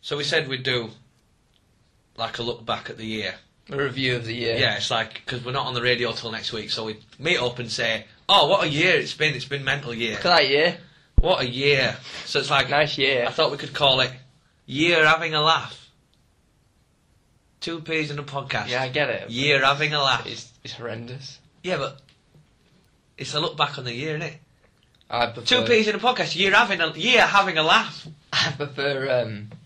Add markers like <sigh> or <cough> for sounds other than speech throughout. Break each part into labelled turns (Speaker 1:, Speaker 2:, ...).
Speaker 1: So we said we'd do like a look back at the year.
Speaker 2: A review of the year.
Speaker 1: Yeah, it's like because we're not on the radio till next week, so we meet up and say, "Oh, what a year it's been! It's been mental year.
Speaker 2: Look at that year.
Speaker 1: What a year!" So it's like
Speaker 2: Nice year.
Speaker 1: I thought we could call it "Year Having a Laugh." Two P's in a podcast.
Speaker 2: Yeah, I get it.
Speaker 1: Year Having a Laugh.
Speaker 2: It's, it's horrendous.
Speaker 1: yeah, but it's a look back on the year, isn't it?
Speaker 2: I
Speaker 1: Two
Speaker 2: prefer.
Speaker 1: P's in a podcast. Year having a year having a laugh.
Speaker 2: <laughs> I prefer. Um, <laughs>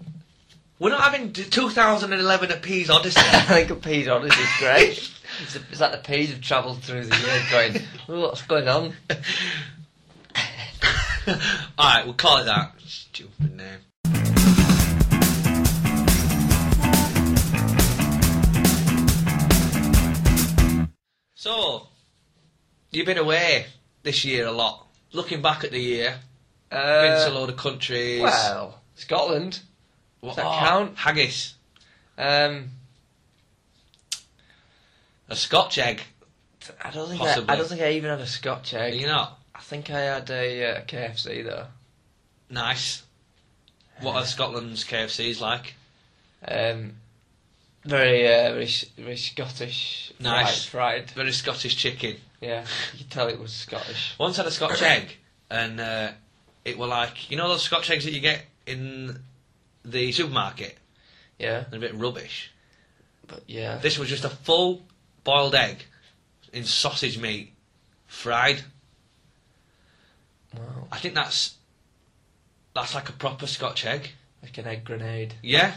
Speaker 1: We're not having t- 2011 at P's Odyssey.
Speaker 2: <laughs> I think a P's Odyssey is great. it's, the- it's like the P's have travelled through the year going, "Oh, what's going on?
Speaker 1: <laughs> All right, we'll call it that. Stupid name. So, you've been away this year a lot. Looking back at the year, been
Speaker 2: Uh,
Speaker 1: to a load of countries.
Speaker 2: well, Scotland.
Speaker 1: What- oh,
Speaker 2: that count?
Speaker 1: Haggis,
Speaker 2: Um,
Speaker 1: a Scotch egg.
Speaker 2: I don't think I, I
Speaker 1: Possibly.
Speaker 2: don't think I even had a Scotch
Speaker 1: Are
Speaker 2: egg.
Speaker 1: you not
Speaker 2: I think I had a uh, KFC though.
Speaker 1: nice? What
Speaker 2: Uh,
Speaker 1: are Scotland's KFCs like?
Speaker 2: Um, very, uh, very, s- very Scottish.
Speaker 1: Nice.
Speaker 2: fried. fried.
Speaker 1: Very Scottish chicken.
Speaker 2: Yeah, you could tell it was Scottish.
Speaker 1: Once had a Scotch egg, and uh, it were like you know those Scotch eggs that you get in the supermarket.
Speaker 2: Yeah,
Speaker 1: They're a bit rubbish.
Speaker 2: but yeah.
Speaker 1: This was just a full boiled egg in sausage meat, fried.
Speaker 2: Wow,
Speaker 1: I think that's that's like a proper Scotch egg.
Speaker 2: like an egg grenade.
Speaker 1: Yeah,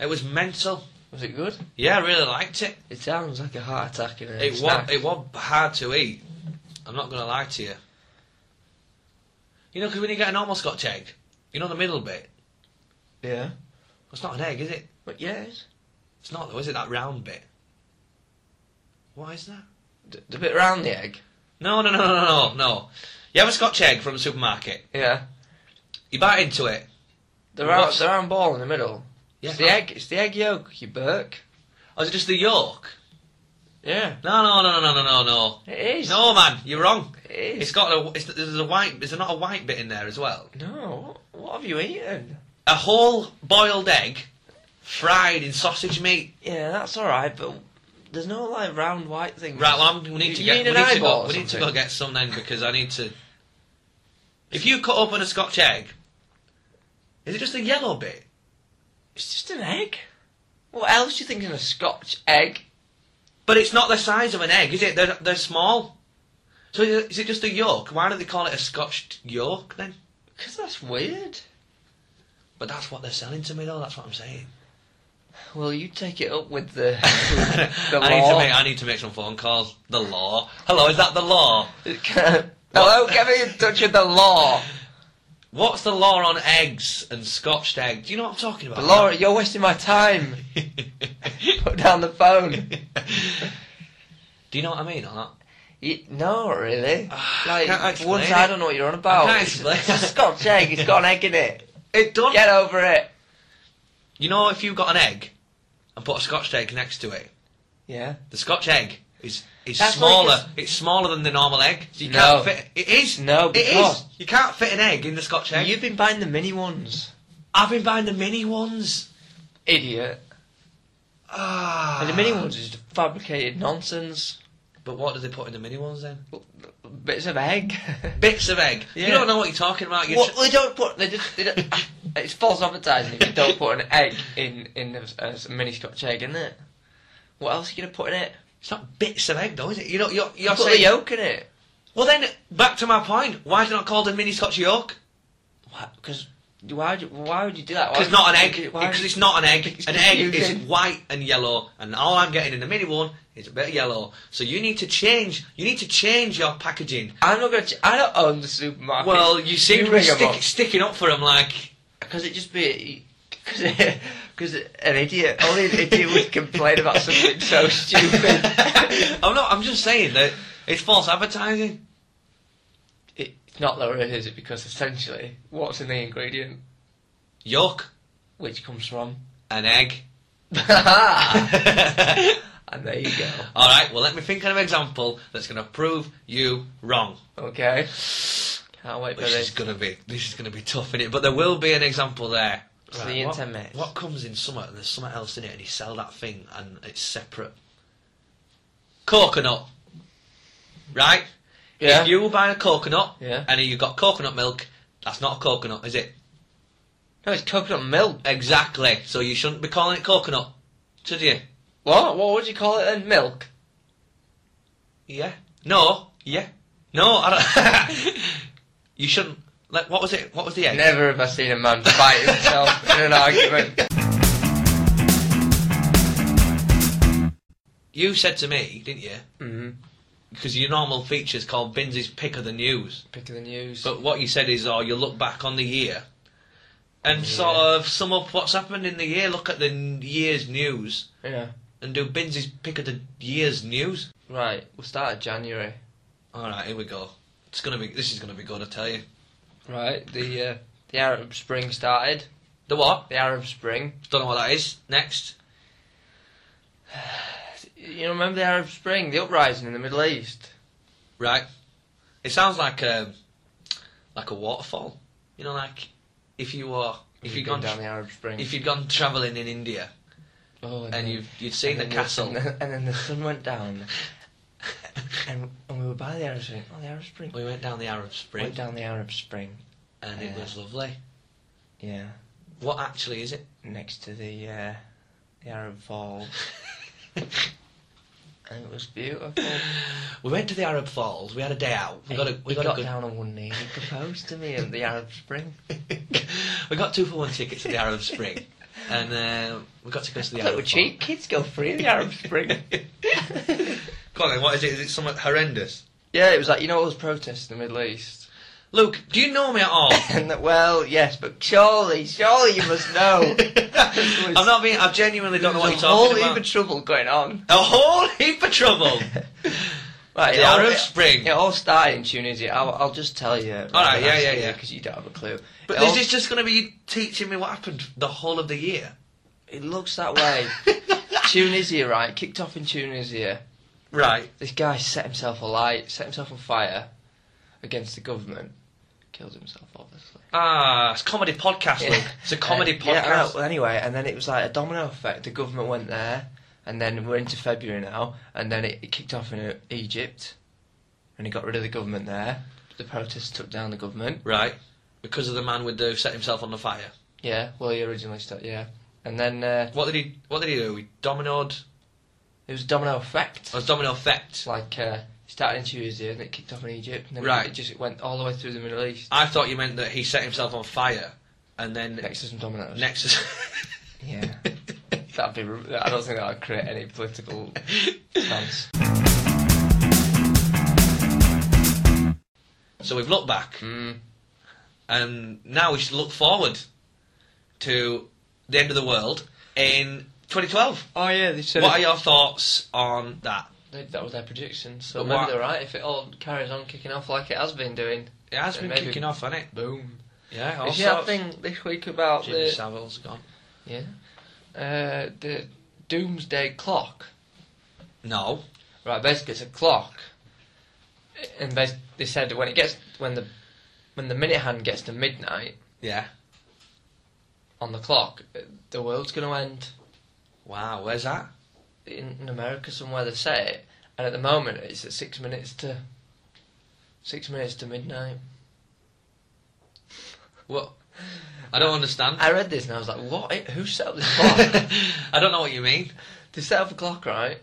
Speaker 1: it was mental.
Speaker 2: Was it good?
Speaker 1: Yeah, I really liked it.
Speaker 2: It sounds like a heart attack in a
Speaker 1: It was
Speaker 2: snack.
Speaker 1: it was hard to eat. I'm not gonna lie to you. You know, because when you get a normal Scotch egg, you know the middle bit.
Speaker 2: yeah.
Speaker 1: It's not an egg, is it?
Speaker 2: But yes,
Speaker 1: It's not though, is it? That round bit. What is that?
Speaker 2: D- the bit round the egg.
Speaker 1: No, no, no, no, no, no. You have a Scotch egg from the supermarket.
Speaker 2: Yeah,
Speaker 1: You bite into it.
Speaker 2: the round,
Speaker 1: What's-
Speaker 2: the round ball in the middle.
Speaker 1: Yeah.
Speaker 2: It's the egg. It's the egg yolk. You burk.
Speaker 1: Oh, is it just the yolk?
Speaker 2: Yeah,
Speaker 1: No, no, no, no, no, no, no.
Speaker 2: it is.
Speaker 1: No, man, you're wrong.
Speaker 2: it is.
Speaker 1: It's got a. It's, there's a white. Is there not a white bit in there as well?
Speaker 2: no. What, what have you eaten?
Speaker 1: A whole boiled egg, fried in sausage meat.
Speaker 2: Yeah, that's all right, but there's no like round white thing.
Speaker 1: Right. Well, I'm, we need to
Speaker 2: You
Speaker 1: get.
Speaker 2: need
Speaker 1: we
Speaker 2: an
Speaker 1: need to
Speaker 2: eyeball
Speaker 1: go.
Speaker 2: or
Speaker 1: We need to
Speaker 2: something.
Speaker 1: go get some then because I need to.
Speaker 2: <laughs>
Speaker 1: If you cut open a Scotch egg, is it just a yellow bit?
Speaker 2: It's just an egg. What else do you think in a Scotch egg?
Speaker 1: But it's not the size of an egg, is it? They're, they're small. So is it- is it just a yolk? Why don't they call it a Scotch yolk then?
Speaker 2: Because that's weird.
Speaker 1: But that's what they're selling to me, though. That's what I'm saying.
Speaker 2: Well, you take it up with
Speaker 1: <laughs>
Speaker 2: the <laughs> the
Speaker 1: I need to
Speaker 2: law.
Speaker 1: make I need to make some phone calls. The law. Hello, is that the law?
Speaker 2: <laughs> Hello, get me in touch with the law.
Speaker 1: What's the law on eggs and Scotch egg? Do you know what I'm talking about?
Speaker 2: But Laura, you're wasting my time. Put down the phone.
Speaker 1: <laughs> Do you know what I mean or not?
Speaker 2: You, no,
Speaker 1: <sighs>
Speaker 2: really.
Speaker 1: Ah,
Speaker 2: Like
Speaker 1: can't explain
Speaker 2: once
Speaker 1: it.
Speaker 2: I don't know what you're on about.
Speaker 1: I can't
Speaker 2: It's-
Speaker 1: explain.
Speaker 2: It's a Scotch egg. It's got an egg in it.
Speaker 1: It does.
Speaker 2: Get over it.
Speaker 1: You know, if you got an egg and put a Scotch egg next to it,
Speaker 2: Yeah.
Speaker 1: The Scotch egg is is
Speaker 2: That's
Speaker 1: smaller.
Speaker 2: like
Speaker 1: it's smaller than the normal egg. So you
Speaker 2: No.
Speaker 1: can't fit. It is.
Speaker 2: No,
Speaker 1: it is.
Speaker 2: because-
Speaker 1: You can't fit an egg in the Scotch egg.
Speaker 2: You've been buying the mini ones,
Speaker 1: I've been buying the mini ones.
Speaker 2: idiot.
Speaker 1: Ah.
Speaker 2: And the mini ones is just fabricated nonsense.
Speaker 1: But what do they put in the mini ones then?
Speaker 2: Bits of egg.
Speaker 1: <laughs> Bits of egg.
Speaker 2: Yeah.
Speaker 1: You don't know what you're talking about. You're
Speaker 2: Well,
Speaker 1: tr-
Speaker 2: they don't put. They just. They don't, <laughs> it's false advertising if you don't put an egg in in a, a mini Scotch egg, isn't it? What else are you gonna put in it?
Speaker 1: it's not bits of egg though, is it? You know, you're,
Speaker 2: You
Speaker 1: you're
Speaker 2: put
Speaker 1: saying.
Speaker 2: the yolk in it.
Speaker 1: Well, then back to my point. Why is it not called a mini Scotch yolk?
Speaker 2: Because why would you, why would you do that? Why
Speaker 1: Because
Speaker 2: would
Speaker 1: not an
Speaker 2: you-
Speaker 1: egg.
Speaker 2: Oh, why would
Speaker 1: Because
Speaker 2: you-
Speaker 1: it's not an egg.
Speaker 2: It's
Speaker 1: An egg is
Speaker 2: confusing.
Speaker 1: white and yellow, and all I'm getting in the mini one is a bit of yellow. So you need to change. You need to change your packaging.
Speaker 2: I'm not gonna. Ch- I don't own the supermarket.
Speaker 1: Well, you seem to be
Speaker 2: ring 'em
Speaker 1: stick,
Speaker 2: up.
Speaker 1: sticking up for him like.
Speaker 2: Because it just be because because an idiot <laughs> only an idiot would complain about
Speaker 1: <laughs>
Speaker 2: something so stupid.
Speaker 1: I'm not. I'm just saying that it's false advertising.
Speaker 2: it's not though, is it? Because essentially, what's in the ingredient,
Speaker 1: Yolk,
Speaker 2: which comes
Speaker 1: <laughs>
Speaker 2: from, <laughs>
Speaker 1: an egg.
Speaker 2: and
Speaker 1: <laughs> All
Speaker 2: there Ah. you go.
Speaker 1: right. Well, let me think of an example that's going to prove you wrong.
Speaker 2: Okay. Can't wait for
Speaker 1: This is
Speaker 2: this.
Speaker 1: going to be. This is going to be tough in it. But there will be an example there.
Speaker 2: So
Speaker 1: Right,
Speaker 2: the
Speaker 1: what,
Speaker 2: in ten minutes.
Speaker 1: What comes in summer and there's something else in it and you sell that thing and it's separate? Coconut. Right?
Speaker 2: Yeah.
Speaker 1: If you buy a coconut
Speaker 2: Yeah.
Speaker 1: and you've got coconut milk, that's not a coconut, is it?
Speaker 2: No, it's coconut milk.
Speaker 1: Exactly. So you shouldn't be calling it coconut, should you?
Speaker 2: What? What would you call it then? Milk.
Speaker 1: Yeah. No. Yeah. No. I don't <laughs> you shouldn't. Like, what was it? What was the egg?
Speaker 2: Never have I seen a man
Speaker 1: <laughs>
Speaker 2: fight himself in an argument.
Speaker 1: You said to me, didn't you?
Speaker 2: Mm-hmm.
Speaker 1: Because your normal feature's called Binsley's Pick of the News.
Speaker 2: Pick of the news.
Speaker 1: But what you said is, oh, you look back on the year and
Speaker 2: Yeah.
Speaker 1: sort of sum up what's happened in the year, look at the n- year's news,
Speaker 2: yeah.
Speaker 1: and do Binsley's Pick of the Year's News.
Speaker 2: Right. We'll start at January.
Speaker 1: All right, here we go. It's gonna be. This is gonna be good, I tell you.
Speaker 2: Right. The uh, the Arab Spring started.
Speaker 1: The what?
Speaker 2: The Arab Spring.
Speaker 1: Don't know what that is. Next.
Speaker 2: You remember the Arab Spring, the uprising in the Middle East?
Speaker 1: Right. It sounds like a like a waterfall. You know, like if you were if you'd
Speaker 2: gone
Speaker 1: gone
Speaker 2: down the Arab Spring,
Speaker 1: if you'd gone travelling in India
Speaker 2: oh,
Speaker 1: and
Speaker 2: then-
Speaker 1: you've you'd seen
Speaker 2: and
Speaker 1: the
Speaker 2: then
Speaker 1: castle. <laughs>
Speaker 2: and then, and then the sun <laughs> went down, and, and we were by the Arab Spring. Oh, the Arab Spring.
Speaker 1: we went down the Arab Spring
Speaker 2: Went down the Arab Spring.
Speaker 1: and it
Speaker 2: Yeah.
Speaker 1: was lovely.
Speaker 2: Yeah,
Speaker 1: What actually is it?
Speaker 2: next to the uh, the Arab Falls, and it was beautiful.
Speaker 1: we went to the Arab Falls. We had a day out. <coughs> We got a
Speaker 2: And
Speaker 1: we
Speaker 2: he
Speaker 1: got,
Speaker 2: got
Speaker 1: a good,
Speaker 2: down on one knee. and He proposed to me at the Arab Spring.
Speaker 1: we got two for one tickets to the Arab Spring, and uh, we got to go to <laughs> the
Speaker 2: Little
Speaker 1: Arab
Speaker 2: cheap kids go free in the
Speaker 1: <laughs>
Speaker 2: Arab Spring.
Speaker 1: Colin, what is it? Is it something horrendous?
Speaker 2: yeah, it was like you know all those protests in the Middle East.
Speaker 1: Luke, do you know me at
Speaker 2: <laughs>
Speaker 1: all?
Speaker 2: <coughs> And that, well, yes, but surely, surely you must
Speaker 1: <laughs>
Speaker 2: know.
Speaker 1: I'm not being. I genuinely don't know what you're
Speaker 2: There's a whole
Speaker 1: talking
Speaker 2: heap
Speaker 1: about.
Speaker 2: of trouble going on.
Speaker 1: a whole heap of trouble.
Speaker 2: Right,
Speaker 1: The
Speaker 2: it all-
Speaker 1: Arab
Speaker 2: it-
Speaker 1: Spring.
Speaker 2: It all started in Tunisia. I'll, I'll just tell you.
Speaker 1: All right, yeah, yeah, yeah.
Speaker 2: Because you don't have a clue.
Speaker 1: but
Speaker 2: it,
Speaker 1: this
Speaker 2: all-
Speaker 1: is just going to be you teaching me what happened the whole of the year.
Speaker 2: it looks
Speaker 1: <laughs>
Speaker 2: that way. Tunisia, right? Kicked off in Tunisia.
Speaker 1: Right.
Speaker 2: This guy set himself alight, set himself on fire against the government. Killed himself, obviously.
Speaker 1: Ah, it's a comedy podcast,
Speaker 2: <laughs>
Speaker 1: Luke. It's a comedy
Speaker 2: Uh, yeah,
Speaker 1: podcast.
Speaker 2: well, anyway, and then it was like a domino effect. The government went there, and then we're into February now, and then it, it kicked off in uh, Egypt, and he got rid of the government there. The protests took down the government.
Speaker 1: Right. Because of the man with the who set himself on the fire.
Speaker 2: Yeah, well, he originally started, yeah. And then uh,
Speaker 1: What did he? What did he do? He dominoed.
Speaker 2: it was a domino effect.
Speaker 1: It was domino effect.
Speaker 2: It's like uh, started in Tunisia, and it kicked off in Egypt, and then
Speaker 1: Right.
Speaker 2: it just went all the way through the Middle East.
Speaker 1: I thought you meant that he set himself on fire, and then
Speaker 2: Next to some dominoes.
Speaker 1: next is
Speaker 2: Yeah. <laughs> That'd be. ru- I don't think that would create any political chance.
Speaker 1: <laughs> so we've looked back,
Speaker 2: Mm.
Speaker 1: and now we should look forward to the end of the world in 2012.
Speaker 2: Oh yeah, they said
Speaker 1: What are your thoughts on that?
Speaker 2: They, that was their prediction, so
Speaker 1: But
Speaker 2: maybe
Speaker 1: what-
Speaker 2: they're right. If it all carries on kicking off like it has been doing,
Speaker 1: It has been
Speaker 2: Maybe-
Speaker 1: kicking off, hasn't it?
Speaker 2: boom.
Speaker 1: Yeah.
Speaker 2: Did you have thing this week about
Speaker 1: Jimmy
Speaker 2: the
Speaker 1: Savile's gone.
Speaker 2: yeah, uh, the doomsday clock?
Speaker 1: No.
Speaker 2: Right, basically it's a clock, and bas- they said when it gets when the when the minute hand gets to midnight
Speaker 1: Yeah.
Speaker 2: on the clock, uh, the world's gonna end.
Speaker 1: Wow. Where's that?
Speaker 2: in, in America somewhere they say it, and at the moment it's at six minutes to six minutes to midnight.
Speaker 1: What? I don't understand.
Speaker 2: I read this and I was like, "What? It- Who set up this
Speaker 1: <laughs>
Speaker 2: clock?
Speaker 1: I don't know what you mean.
Speaker 2: they set up a clock, right?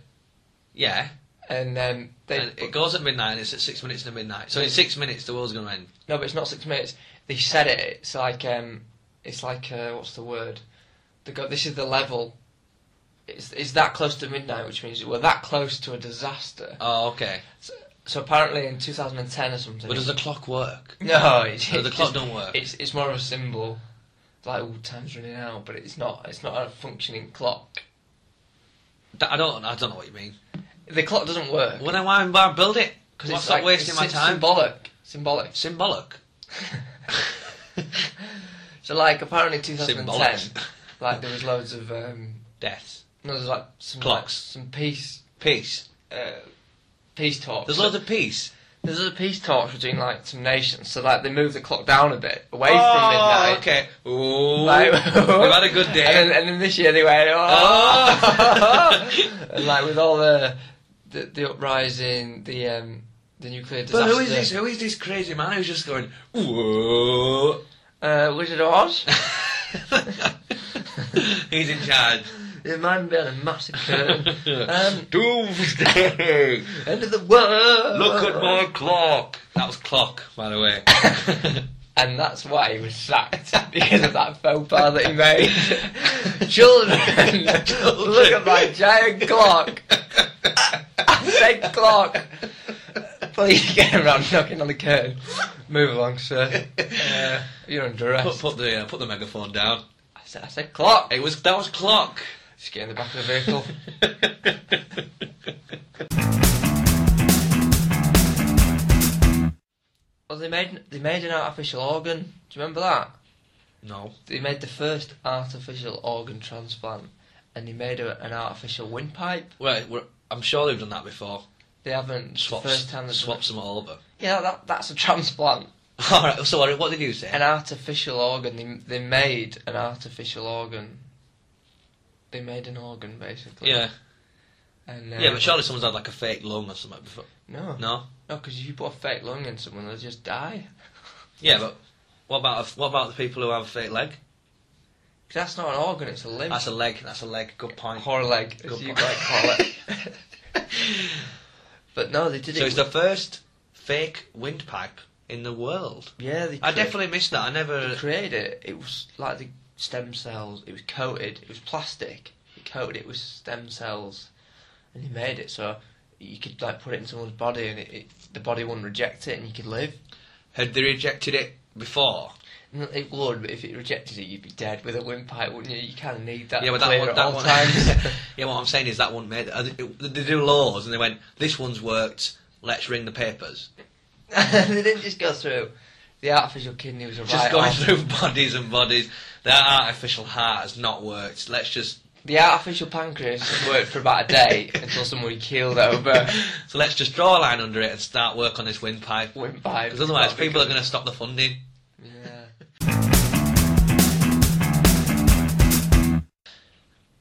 Speaker 1: Yeah.
Speaker 2: And then they
Speaker 1: And it goes at midnight and it's at six minutes to midnight. So in six minutes the world's gonna end.
Speaker 2: no, but it's not six minutes. They said it. It's like um, it's like uh, what's the word? They go. This is the level. It's, it's that close to midnight, which means we're that close to a disaster.
Speaker 1: Oh, okay.
Speaker 2: So apparently in 2010 or something.
Speaker 1: But does the clock work?
Speaker 2: No, it's,
Speaker 1: Does
Speaker 2: it's
Speaker 1: the clock
Speaker 2: just-
Speaker 1: don't work?
Speaker 2: It's it's more of a symbol, like oh, time's running out, but it's not it's not a functioning clock.
Speaker 1: Th- I don't. I don't know what you mean.
Speaker 2: The clock doesn't work
Speaker 1: When I why why build it? Because
Speaker 2: it's
Speaker 1: it's like wasting
Speaker 2: it's
Speaker 1: my
Speaker 2: sy-
Speaker 1: time.
Speaker 2: Symbolic, symbolic.
Speaker 1: Symbolic.
Speaker 2: So like apparently 2010,
Speaker 1: Symbolic.
Speaker 2: like there was loads of um,
Speaker 1: <laughs> Death.
Speaker 2: no, there's like some
Speaker 1: Clocks.
Speaker 2: like, some peace
Speaker 1: Peace.
Speaker 2: uh, peace talks.
Speaker 1: There's loads of peace.
Speaker 2: There's a peace talks between like some nations, so like they move the clock down a bit, away from
Speaker 1: oh,
Speaker 2: midnight.
Speaker 1: okay. Ooh,
Speaker 2: Like,
Speaker 1: we've had a <laughs> good day.
Speaker 2: And then, and then this year they went, oh.
Speaker 1: Oh.
Speaker 2: and like with all the the, the uprising, the um, the nuclear disaster.
Speaker 1: but who is this? Who is this crazy man who's just going? Whoa!
Speaker 2: Uh, Wizard of Oz.
Speaker 1: <laughs> He's in charge.
Speaker 2: it might be a massive <laughs> curtain. um,
Speaker 1: <laughs> Doomsday.
Speaker 2: end of the world.
Speaker 1: Look at my clock. That was clock, by the <laughs> way.
Speaker 2: And that's why he was sacked <laughs> because of that faux pas that he made. <laughs> Children,
Speaker 1: Children.
Speaker 2: look at my giant clock. I said clock. Please get around knocking on the curtain. Move along, sir. Uh, you're under
Speaker 1: Put,
Speaker 2: arrest.
Speaker 1: put the uh, put the megaphone down.
Speaker 2: I, said, I said clock.
Speaker 1: It was that was <laughs> clock.
Speaker 2: Just get in the back of the
Speaker 1: <laughs>
Speaker 2: vehicle. well, they made they made an artificial organ. Do you remember that?
Speaker 1: no.
Speaker 2: They made the first artificial organ transplant, and they made a, an artificial windpipe.
Speaker 1: Well, we're, I'm sure they've done that before.
Speaker 2: They haven't it's the
Speaker 1: Swaps,
Speaker 2: first time. they've done
Speaker 1: swaps them all over.
Speaker 2: it. Yeah, that, that's a transplant.
Speaker 1: <laughs> All right. So what, what did you say?
Speaker 2: An artificial organ. They they made an artificial organ. They made an organ basically.
Speaker 1: yeah.
Speaker 2: And, uh,
Speaker 1: Yeah, but surely someone's had like a fake lung or something before.
Speaker 2: No.
Speaker 1: No.
Speaker 2: No, because if you put a fake lung in someone, they'll just die.
Speaker 1: Yeah, but what about what about the people who have a fake leg?
Speaker 2: 'Cause that's not an organ, it's a limb.
Speaker 1: That's a leg. That's a leg. Good point.
Speaker 2: Or a leg, as
Speaker 1: Good
Speaker 2: you
Speaker 1: point.
Speaker 2: might call it. <laughs> but no, they did
Speaker 1: So
Speaker 2: it.
Speaker 1: it's the first fake windpipe in the world.
Speaker 2: yeah, they
Speaker 1: I
Speaker 2: crea-
Speaker 1: definitely missed that. I
Speaker 2: they
Speaker 1: never.
Speaker 2: created it. It was like the stem cells, it was coated, it was plastic. It coated it with stem cells, and they made it so you could like put it in someone's body and it, it, the body wouldn't reject it and you could live.
Speaker 1: Had they rejected it before?
Speaker 2: No, It would, but if it rejected it, you'd be dead with a windpipe, wouldn't you? You kind of need that.
Speaker 1: yeah, but that
Speaker 2: clear
Speaker 1: one.
Speaker 2: at
Speaker 1: That
Speaker 2: all
Speaker 1: one.
Speaker 2: times.
Speaker 1: <laughs>
Speaker 2: <laughs>
Speaker 1: yeah, what I'm saying is that one made. uh, They they do laws, and they went. This one's worked. Let's ring the papers. <laughs>
Speaker 2: <laughs> they didn't just go through. The artificial kidney was a
Speaker 1: Just
Speaker 2: right oh.
Speaker 1: going
Speaker 2: off.
Speaker 1: through <laughs> bodies and bodies. That artificial heart has not worked. Let's
Speaker 2: <laughs>
Speaker 1: just
Speaker 2: The artificial pancreas worked for about a day until someone keeled over
Speaker 1: <laughs> so let's just draw a line under it and start work on this windpipe.
Speaker 2: went by.
Speaker 1: Because otherwise, people are going to stop the funding.
Speaker 2: Yeah.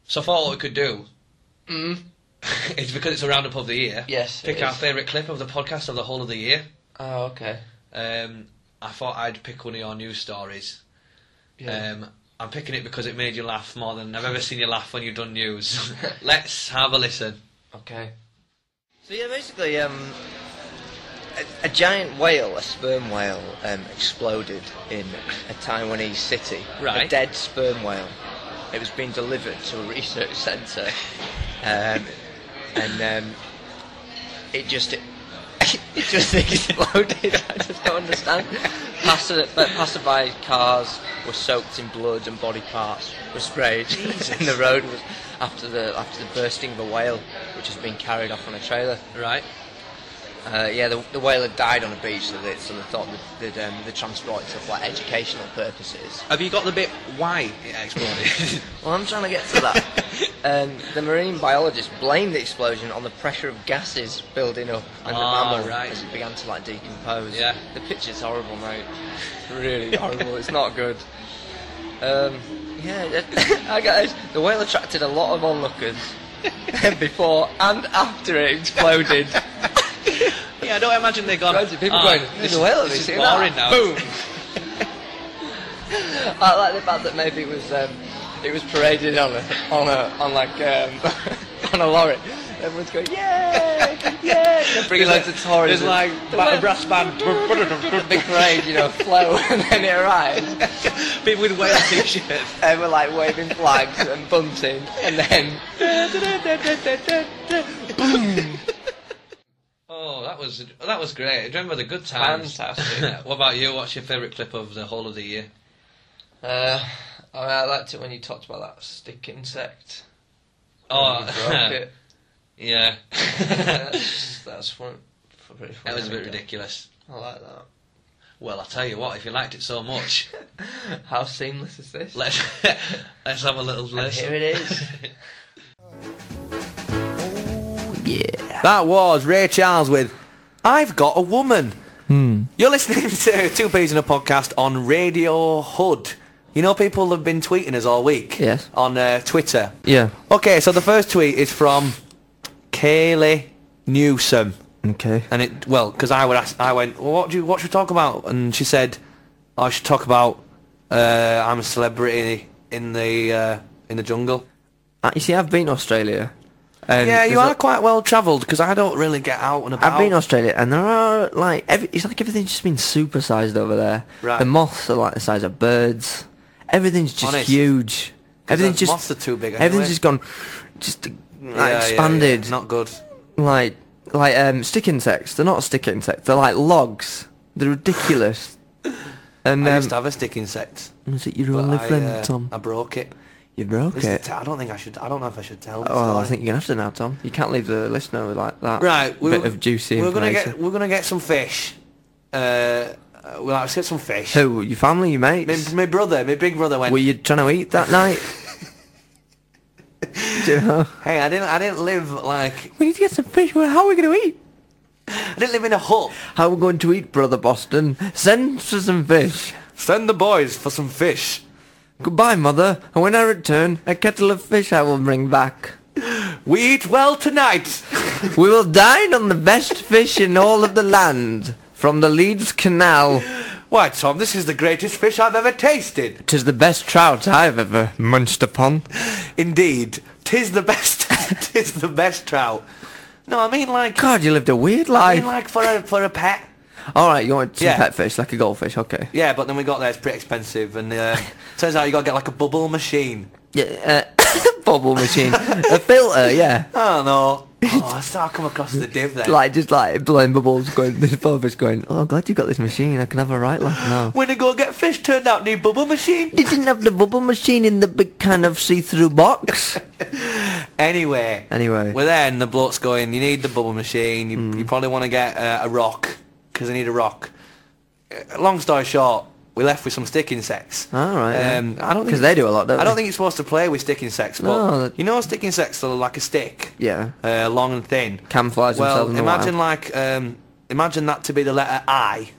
Speaker 1: So I thought what we could do
Speaker 2: Mm.
Speaker 1: is because <laughs> it's a roundup of the year.
Speaker 2: Yes.
Speaker 1: Pick
Speaker 2: it
Speaker 1: our
Speaker 2: is.
Speaker 1: favourite clip of the podcast of the whole of the year.
Speaker 2: Oh, okay.
Speaker 1: Um, I thought I'd pick one of your news stories.
Speaker 2: Yeah.
Speaker 1: Um, I'm picking it because it made you laugh more than I've ever seen you laugh when you've done <laughs> news. Let's have a listen.
Speaker 2: okay.
Speaker 3: So yeah, basically, um, a, a giant whale, a sperm whale, um, exploded in a Taiwanese city.
Speaker 1: Right.
Speaker 3: A dead sperm whale. It was being delivered to a research centre, um, and um, it just it, <laughs> just <laughs> exploded.
Speaker 2: I just don't understand. Passer, but passerby cars were soaked in blood and body parts were sprayed
Speaker 3: <laughs>
Speaker 2: in the road was
Speaker 3: after the after the bursting of a whale, which has been carried off on a trailer.
Speaker 1: Right.
Speaker 3: Uh, yeah, the, the whale had died on a beach, so they, so they thought they'd, they'd, um, they'd transport it for like educational purposes.
Speaker 1: Have you got the bit why it <laughs> exploded?
Speaker 3: Well, I'm trying to get to
Speaker 1: <laughs>
Speaker 3: that. um, the marine biologists blamed the explosion on the pressure of gases building up and the
Speaker 1: Ah,
Speaker 3: mammal
Speaker 1: right.
Speaker 3: as it began to like decompose.
Speaker 1: Yeah.
Speaker 3: The picture's horrible,
Speaker 1: <laughs>
Speaker 3: mate. It's really horrible. It's not good. Um, yeah, <laughs> I guess the whale attracted a lot of onlookers
Speaker 1: <laughs>
Speaker 3: <laughs> before and after it exploded.
Speaker 1: <laughs> yeah, I don't imagine they got.
Speaker 3: Loads of people going,
Speaker 1: Ah,
Speaker 3: "There's
Speaker 1: This is,
Speaker 3: a whale, have you
Speaker 1: this is
Speaker 3: seen that?"
Speaker 1: boring now. <laughs>
Speaker 3: Boom. I like the fact that maybe it was um, it was paraded on a on a on like um, <laughs> on a lorry. Everyone's going, yay,
Speaker 1: <laughs>
Speaker 3: yay! They're bringing
Speaker 1: There's
Speaker 3: loads of
Speaker 1: like-
Speaker 3: Tories.
Speaker 1: there's
Speaker 3: in.
Speaker 1: like
Speaker 3: The
Speaker 1: ba-
Speaker 3: whale-
Speaker 1: brass band. <laughs>
Speaker 3: the <laughs> big parade, you know, flow, <laughs> and then it arrives.
Speaker 1: People with whale t-shirts.
Speaker 3: And we're like waving flags and bunting, and
Speaker 1: <laughs>
Speaker 3: then
Speaker 1: Oh, that was that was great. Remember the good times. <laughs>
Speaker 2: Fantastic.
Speaker 1: what about you? What's your favourite clip of the whole of the year?
Speaker 2: Uh, I, mean, I liked it when you talked about that stick insect.
Speaker 1: Oh, <laughs>
Speaker 2: You broke it. <laughs>
Speaker 1: yeah.
Speaker 2: that's, that's one. Pretty
Speaker 1: that was a bit ridiculous.
Speaker 2: I like that.
Speaker 1: Well, I tell you what, if you liked it so much, <laughs>
Speaker 2: How seamless is this?
Speaker 1: let's <laughs> let's have a little listen.
Speaker 2: here
Speaker 1: <laughs>
Speaker 2: it is.
Speaker 4: That was Ray Charles with
Speaker 1: I've got a woman. You're listening <laughs> to Two Peas in a Podcast on Radio Hood. You know, people have been tweeting us all week.
Speaker 2: Yes.
Speaker 1: On uh, Twitter.
Speaker 2: Yeah.
Speaker 1: Okay, so the first tweet is from Kaylee Newsom.
Speaker 2: Okay.
Speaker 1: And it, well, because I would ask, I went, well, what do you, what should we talk about? And she said, I should talk about, uh, I'm a celebrity in the, uh, in the jungle.
Speaker 2: Uh, you see, I've been to Australia. And
Speaker 1: yeah, you
Speaker 2: there's
Speaker 1: are
Speaker 2: a-
Speaker 1: quite well travelled because I don't really get out and about.
Speaker 2: I've been to Australia, and there are like every, it's like everything's just been supersized over there.
Speaker 1: Right.
Speaker 2: The moths are like the size of birds. Everything's just
Speaker 1: Honest.
Speaker 2: huge. Everything's
Speaker 1: those
Speaker 2: just
Speaker 1: moths are too big
Speaker 2: Everything's
Speaker 1: anyway.
Speaker 2: just gone, just like,
Speaker 1: Yeah, yeah, yeah.
Speaker 2: expanded.
Speaker 1: Not good.
Speaker 2: like like um stick insects. They're not stick insects. They're like logs. They're ridiculous. and
Speaker 1: I
Speaker 2: um,
Speaker 1: used to have a stick insect.
Speaker 2: is it your
Speaker 1: but
Speaker 2: only
Speaker 1: I,
Speaker 2: friend,
Speaker 1: uh,
Speaker 2: Tom?
Speaker 1: I broke it.
Speaker 2: you broke
Speaker 1: This is
Speaker 2: it.
Speaker 1: t- I don't think I should. I don't know if I should tell. This
Speaker 2: Oh, I
Speaker 1: story.
Speaker 2: think you're gonna have to now, Tom. You can't leave the listener with like that.
Speaker 1: Right, we
Speaker 2: bit
Speaker 1: were-
Speaker 2: of juicy
Speaker 1: We're gonna
Speaker 2: information.
Speaker 1: get. We're gonna get some fish. Uh, uh, well, let's get some fish.
Speaker 2: Who? Your family? Your
Speaker 1: My,
Speaker 2: mates?
Speaker 1: my brother, my big brother went.
Speaker 2: Were you trying to eat that <laughs> night? Do you know?
Speaker 1: hey, I didn't. I didn't live like.
Speaker 2: We need to get some fish. Well, How are we going to eat?
Speaker 1: I didn't live in a hut.
Speaker 2: How are we going to eat, brother Boston? Send for some fish.
Speaker 1: Send the boys for some fish.
Speaker 2: Goodbye, mother. And when I return, a kettle of fish I will bring back.
Speaker 1: We eat well tonight. <laughs>
Speaker 2: We will dine on the best fish in all of the land, from the Leeds Canal.
Speaker 1: Why, Tom? This is the greatest fish I've ever tasted.
Speaker 2: 'Tis the best trout I've ever munched upon.
Speaker 1: Indeed, tis the best. <laughs> tis the best trout. No, I mean like.
Speaker 2: God, you lived a weird
Speaker 1: I mean
Speaker 2: life.
Speaker 1: like for a for a pet.
Speaker 2: All right, you want some
Speaker 1: Yeah.
Speaker 2: pet fish, like a goldfish, okay.
Speaker 1: Yeah, but then we got there. It's pretty expensive, and
Speaker 2: <laughs>
Speaker 1: uh, turns out you got to get like a bubble machine.
Speaker 2: Yeah, uh, <coughs> bubble machine. a filter, yeah.
Speaker 1: I don't know.
Speaker 2: <laughs>
Speaker 1: Oh, I still come across the div there.
Speaker 2: Like just like blowing bubbles, going this bubbles going. Oh, glad you got this machine. I can have a right laugh now.
Speaker 1: when I go get fish, turned out new bubble machine.
Speaker 2: <laughs> You didn't have the bubble machine in the big kind of see-through box.
Speaker 1: Anyway,
Speaker 2: Anyway. Mm.
Speaker 1: we're there, and the bloke's going. You need the bubble machine. You, you probably want to get uh, a rock because I need a rock. Uh, Long story short, we left with some stick insects.
Speaker 2: All right,
Speaker 1: Um,
Speaker 2: yeah.
Speaker 1: I don't think
Speaker 2: 'Cause they do a lot, don't
Speaker 1: I don't
Speaker 2: they?
Speaker 1: think you're supposed to play with stick insects, but
Speaker 2: No, that-
Speaker 1: you know, stick insects are like a stick.
Speaker 2: Yeah.
Speaker 1: Uh, long and thin.
Speaker 2: Camouflage
Speaker 1: well,
Speaker 2: themselves in the
Speaker 1: imagine
Speaker 2: wild.
Speaker 1: like um, imagine that to be the letter I.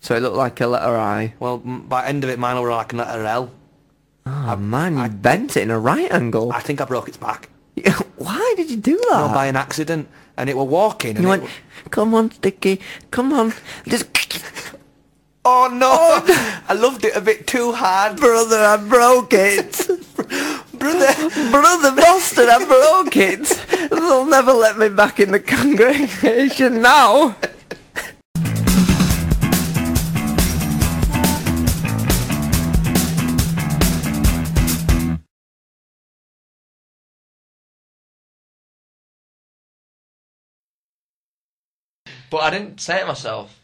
Speaker 2: So it looked like a letter I.
Speaker 1: Well, m- by end of it, mine were like a letter L.
Speaker 2: Oh man, you bent it in a right angle.
Speaker 1: I
Speaker 2: <laughs>
Speaker 1: think I broke its back.
Speaker 2: Why did you do
Speaker 1: No,
Speaker 2: that?
Speaker 1: by an accident, and it were walking. And
Speaker 2: Uh-huh.
Speaker 1: it
Speaker 2: you went,
Speaker 1: were-
Speaker 2: come on, Sticky, come on, just
Speaker 1: Oh no! I loved it a bit too hard,
Speaker 2: brother, I broke it.
Speaker 1: <laughs> brother.
Speaker 2: Brother Boston, I broke it. They'll never let me back in the congregation now. But I didn't say it myself.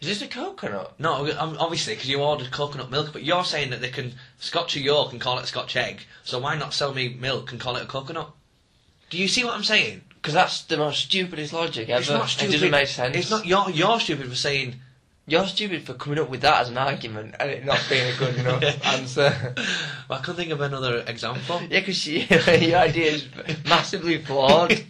Speaker 2: Is this a coconut?
Speaker 5: No, ob- obviously, because you ordered coconut milk, but you're saying that they can Scotch a York and call it Scotch egg. So why not sell me milk and call it a coconut? Do you see what I'm saying?
Speaker 2: Because that's the most stupidest logic ever.
Speaker 5: It's not stupid.
Speaker 2: It doesn't make sense.
Speaker 5: It's not you're you're stupid for saying. <sighs>
Speaker 2: You're stupid for coming up with that as an argument and it not being a
Speaker 1: <laughs>
Speaker 2: good enough answer.
Speaker 5: Well, I can think of another example.
Speaker 2: <laughs> Yeah, because your idea is massively flawed.